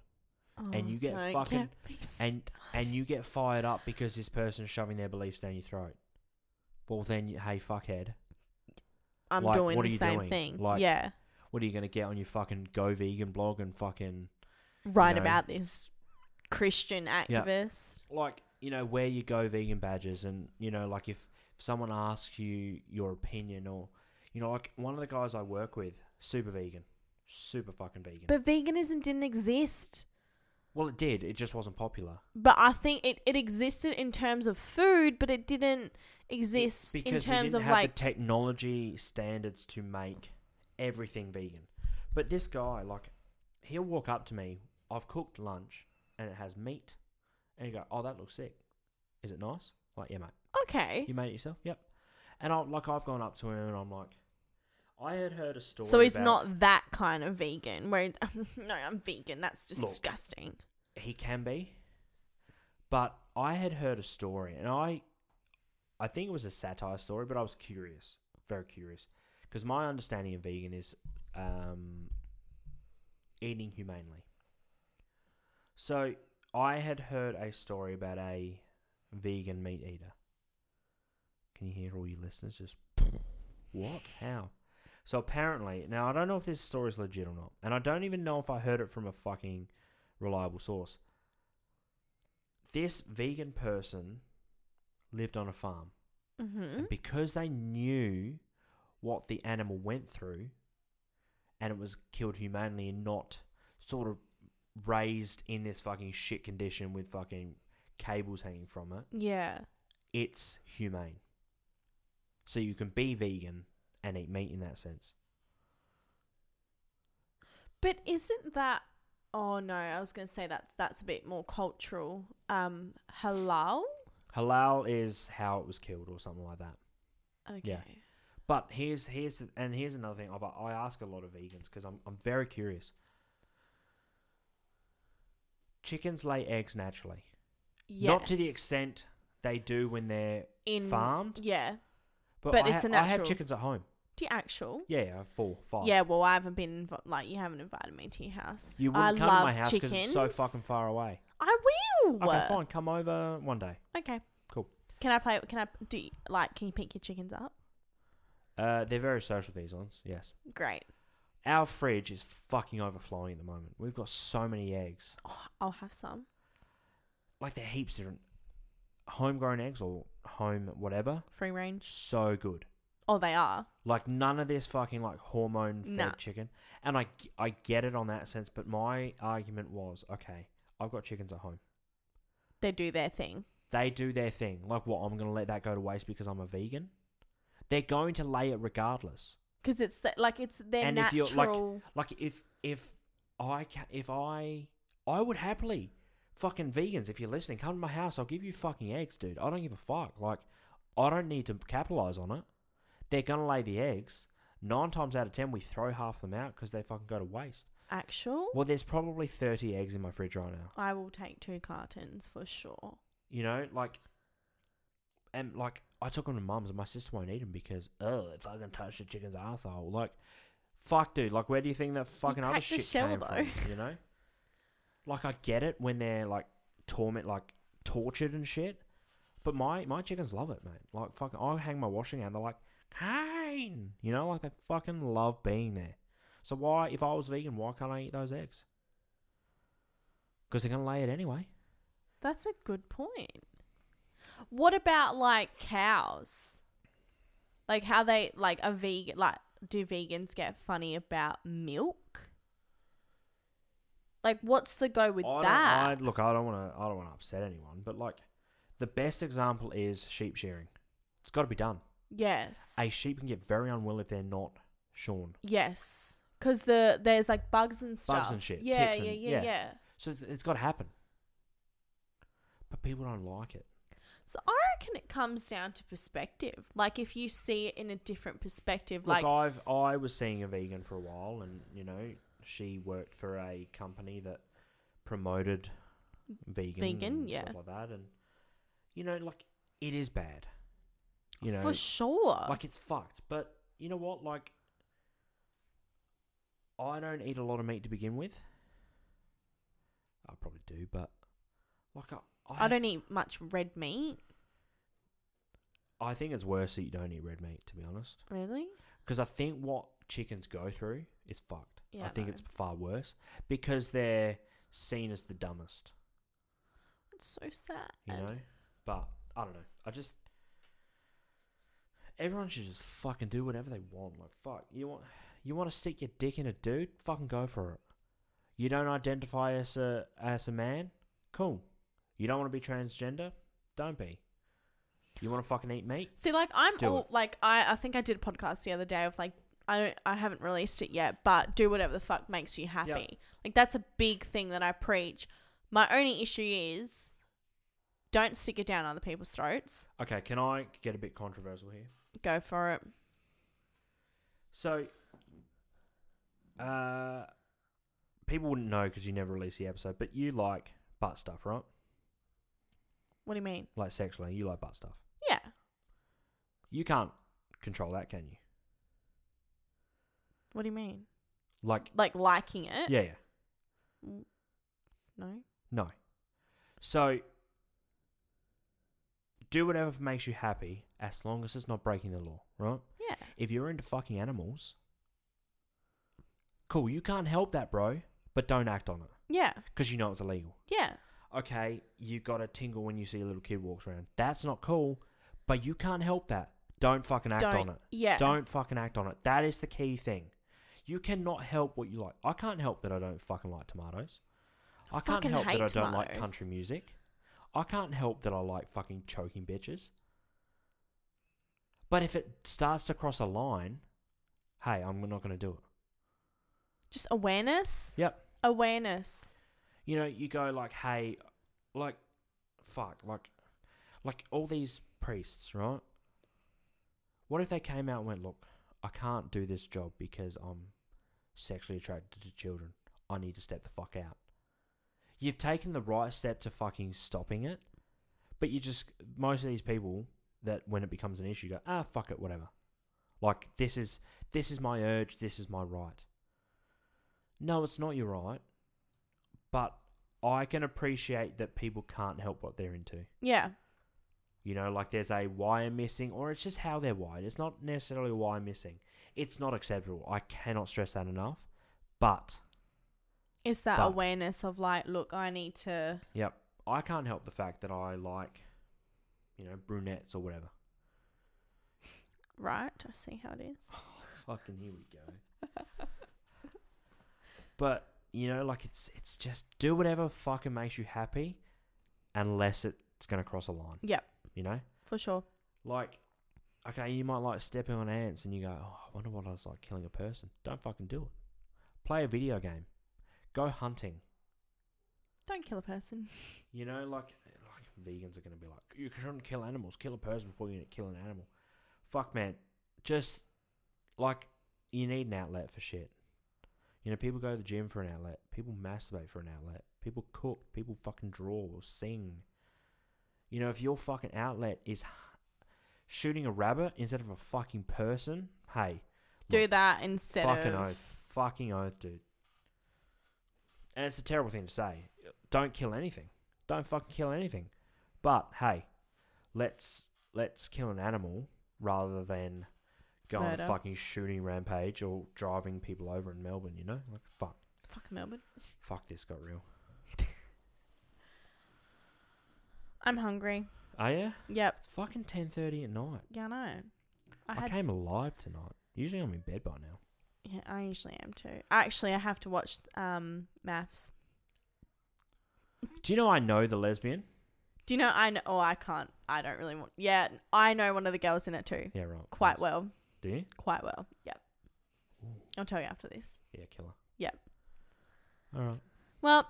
S2: And you get
S1: Oh, don't
S2: fucking-
S1: get me
S2: and- And you get fired up because this person's shoving their beliefs down your throat. Well, then, you- hey, fuckhead,
S1: i'm
S2: like,
S1: doing
S2: what are
S1: the
S2: you
S1: same
S2: doing?
S1: thing
S2: Like,
S1: yeah
S2: what are you gonna get on your fucking go vegan blog and fucking
S1: right
S2: know.
S1: about this christian activist
S2: like you know where you go vegan badges and you know like if, if someone asks you your opinion or you know like one of the guys i work with super vegan super fucking vegan
S1: but veganism didn't exist
S2: well it did it just wasn't popular
S1: but i think it, it existed in terms of food but it didn't exist
S2: because
S1: in
S2: we
S1: terms
S2: didn't
S1: of
S2: have
S1: like
S2: the technology standards to make everything vegan but this guy like he'll walk up to me i've cooked lunch and it has meat and you go oh that looks sick is it nice like yeah mate
S1: okay
S2: You made it yourself? Yep. And I like I've gone up to him and I'm like, I had heard a story.
S1: So he's
S2: about-
S1: not that kind of vegan. Where <laughs> no, I'm vegan. That's
S2: Look.
S1: disgusting.
S2: He can be, but I had heard a story, and I, I think it was a satire story, but I was curious, very curious, because my understanding of vegan is, um, eating humanely. So I had heard a story about a vegan meat eater. Can you hear all your listeners just <laughs> What? How? So apparently, now I don't know if this story is legit or not, and I don't even know if I heard it from a fucking reliable source. This vegan person lived on a farm.
S1: Mm-hmm.
S2: And because they knew what the animal went through and it was killed humanely and not sort of raised in this fucking shit condition with fucking cables hanging from it,
S1: Yeah.
S2: it's humane. So you can be vegan and eat meat in that sense.
S1: But isn't that? Oh no, I was going to say that's that's a bit more cultural. Um, halal.
S2: Halal is how it was killed or something like that.
S1: Okay.
S2: But here's here's the, and here's another thing. I, I ask a lot of vegans because I'm I'm very curious. Chickens lay eggs naturally, not to the
S1: Yes.
S2: extent they do when they're
S1: In-
S2: farmed.
S1: Yeah.
S2: But,
S1: but
S2: I,
S1: it's
S2: ha-
S1: a
S2: I have
S1: natural-
S2: chickens at home.
S1: The actual.
S2: Yeah, I have four, five.
S1: Yeah, well, I haven't been inv- like you haven't invited me to your house.
S2: you
S1: I
S2: wouldn't come to my
S1: love
S2: house because it's so
S1: chickens.
S2: fucking far away.
S1: I will.
S2: Okay, fine. Come over one day.
S1: Okay.
S2: Cool.
S1: Can I play? Can I do? you- Like, can you pick your chickens up?
S2: Uh, they're very social. These ones, yes.
S1: Great.
S2: Our fridge is fucking overflowing at the moment. We've got so many eggs.
S1: Oh, I'll have some.
S2: like they're heaps different homegrown eggs or home whatever.
S1: Free range.
S2: So good.
S1: Oh, they are.
S2: Like none of this fucking like hormone fed
S1: Nah.
S2: chicken. And I g- I get it on that sense, but my argument was okay. I've got chickens at home.
S1: They do their thing.
S2: They do their thing. Like what? I'm gonna let that go to waste because I'm a vegan. They're going to lay it regardless.
S1: Cause it's the, like it's their
S2: And if
S1: natural.
S2: you're, like- Like if if I ca if I I would happily fucking vegans if you're listening come to my house I'll give you fucking eggs dude I don't give a fuck like I don't need to capitalize on it they're gonna lay the eggs nine times out of ten we throw half them out because they fucking go to waste
S1: actual.
S2: well there's probably thirty eggs in my fridge right now
S1: I will take two cartons for sure.
S2: you know like and like I took them to mum's and my sister won't eat them because oh if I can touch the chicken's asshole like fuck dude like where do you think that fucking other
S1: cracked the
S2: shit
S1: shell,
S2: came from you know like I get it when they're like torment like tortured and shit but my my chickens love it mate like fucking I hang my washing out and they're like Kane you know like they fucking love being there so why if I was vegan why can't I eat those eggs because they're gonna lay it anyway
S1: That's a good point. What about like cows? Like how they like a vegan like do vegans get funny about milk? Like what's the go with
S2: I don't-
S1: that?
S2: I, look, I don't want to. I don't want to upset anyone, but like, the best example is sheep shearing. It's got to be done.
S1: yes.
S2: A sheep can get very unwell if they're not shorn.
S1: yes. Cuz the there's like bugs and stuff.
S2: and shit,
S1: Yeah,
S2: ticks
S1: yeah,
S2: and-
S1: yeah,
S2: yeah.
S1: yeah,
S2: So it's, it's got to happen. But people don't like it.
S1: So I reckon it comes down to perspective. Like if you see it in a different perspective like
S2: look, I've I was seeing a vegan for a while, and you know, she worked for a company that promoted vegan,
S1: Vegan,
S2: and
S1: yeah.
S2: stuff like that, and you know, like it is bad. You know,
S1: for sure.
S2: Like it's fucked. But you know what? Like I don't eat a lot of meat to begin with. I probably do, but like I,
S1: I don't eat much red meat,
S2: I think it's worse that you don't eat red meat, to be honest,
S1: really.
S2: because I think what chickens go through is fucked.
S1: Yeah,
S2: I
S1: I
S2: think
S1: know.
S2: it's far worse because they're seen as the dumbest,
S1: It's so sad.
S2: you know. But I don't know. I just everyone should just fucking do whatever they want. Like fuck, you want you want to stick your dick in a dude? Fucking go for it. You don't identify as a as a man? Cool. You don't want to be transgender? Don't be. You want to fucking eat meat?
S1: See, like I'm
S2: Do
S1: all
S2: it.
S1: like I, I think I did a podcast the other day of like I don't I haven't released it yet, but do whatever the fuck makes you happy. Like that's a big thing that I preach. My only issue is don't stick it down other people's throats.
S2: Okay, can I get a bit controversial here?
S1: Go for it.
S2: So, uh, people wouldn't know because you never release the episode, but you like butt stuff, right?
S1: What do you mean?
S2: Like sexually, you like butt stuff.
S1: Yeah.
S2: You can't control that, can you?
S1: What do you mean?
S2: Like,
S1: Like liking it?
S2: yeah, yeah.
S1: Mm. No.
S2: No. So do whatever makes you happy as long as it's not breaking the law, right?
S1: Yeah.
S2: If you're into fucking animals, cool, you can't help that, bro, but don't act on it
S1: Yeah.
S2: because you know it's illegal.
S1: Yeah.
S2: Okay, you got a tingle when you see a little kid walks around. That's not cool, but you can't help that. Don't fucking act
S1: Don't.
S2: on it.
S1: Yeah.
S2: Don't fucking act on it. That is the key thing. You cannot help what you like. I can't help that I don't fucking like tomatoes. I can't
S1: Fucking
S2: help that
S1: hate
S2: I don't like
S1: tomatoes.
S2: country music. I can't help that I like fucking choking bitches. But if it starts to cross a line, hey, I'm not going to do it.
S1: Just awareness.
S2: Yep.
S1: Awareness.
S2: you know, you go like, hey, like, fuck, like, like all these priests, right? What if they came out and went, look, I can't do this job because I'm sexually attracted to children. I need to step the fuck out. You've taken the right step to fucking stopping it, but you just most of these people that when it becomes an issue go, ah, fuck it, whatever. Like this is this is my urge, this is my right. No, it's not your right but I can appreciate that people can't help what they're into.
S1: Yeah.
S2: You know, like there's a wire missing, or it's just how they're wired. It's not necessarily a wire missing. It's not acceptable. I cannot stress that enough. But
S1: It's that
S2: But-
S1: awareness of like, look, I need to.
S2: Yep. I can't help the fact that I like, you know, brunettes or whatever. <laughs>
S1: Right. I see how it is.
S2: Fucking here we go. but you know, like it's it's just do whatever fucking makes you happy, unless it's gonna cross a line.
S1: Yep.
S2: You know.
S1: For sure.
S2: Like, okay, you might like stepping on ants and you go, oh, I wonder what I was like killing a person. Don't fucking do it. Play a video game. Go hunting.
S1: Don't kill a person.
S2: You know, like, like vegans are going to be like, you shouldn't kill animals. Kill a person before you kill an animal. Fuck, man. Just, like, you need an outlet for shit. You know, people go to the gym for an outlet. People masturbate for an outlet. People cook. People fucking draw or sing. You know, if your fucking outlet is shooting a rabbit instead of a fucking person, hey,
S1: Do
S2: Look,
S1: that instead
S2: fucking
S1: of.
S2: oath. Fucking oath, dude. And it's a terrible thing to say. Don't kill anything. Don't fucking kill anything. But hey, let's let's kill an animal rather than go on
S1: Murder.
S2: a fucking shooting rampage or driving people over in Melbourne, you know? Like fuck.
S1: Fucking Melbourne.
S2: Fuck this got real.
S1: I'm hungry.
S2: Oh yeah?
S1: Yep.
S2: It's fucking ten thirty at night.
S1: Yeah, I know. I
S2: I,
S1: had.
S2: came alive tonight. Usually I'm in bed by now.
S1: Yeah, I usually am too. Actually, I have to watch um maths.
S2: Do you know I know the lesbian?
S1: Do you know? I know. Oh, I can't. I don't really want. Yeah, I know one of the girls in it too.
S2: Yeah, right.
S1: Quite
S2: nice.
S1: well.
S2: Do you?
S1: Quite well. Yep.
S2: Ooh.
S1: I'll tell you after this.
S2: Yeah, killer.
S1: Yep.
S2: Alright.
S1: Well,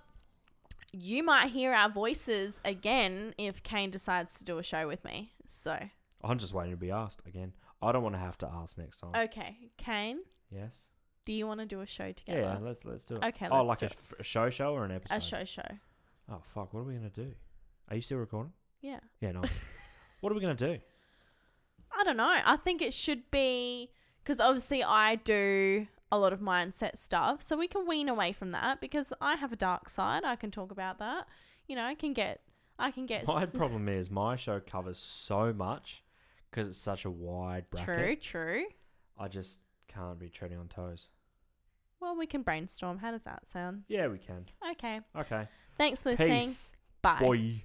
S1: you might hear our voices again if Kane decides to do a show with me. So,
S2: I'm just waiting to be asked again. I don't want to have to ask next time.
S1: okay, Kane,
S2: yes.
S1: do you want to do a show
S2: Yeah,
S1: together?
S2: let's let's do it.
S1: Okay,
S2: oh,
S1: let's
S2: like
S1: do it.
S2: a, f- a show show or an episode?
S1: A show show.
S2: Oh fuck, what are we gonna do? Are you still recording?
S1: Yeah.
S2: Yeah,
S1: <laughs>
S2: no. what are we gonna do?
S1: I don't know. I think it should be because obviously I do a lot of mindset stuff, so we can wean away from that because I have a dark side. I can talk about that. You know, I can get, I can get.
S2: My
S1: s-
S2: problem is my show covers so much because it's such a wide <laughs> bracket.
S1: true, true.
S2: I just can't be treading on toes.
S1: Well, we can brainstorm. How does that sound?
S2: Yeah, we can.
S1: Okay.
S2: Okay.
S1: Thanks for listening.
S2: Peace.
S1: Bye.
S2: Boy.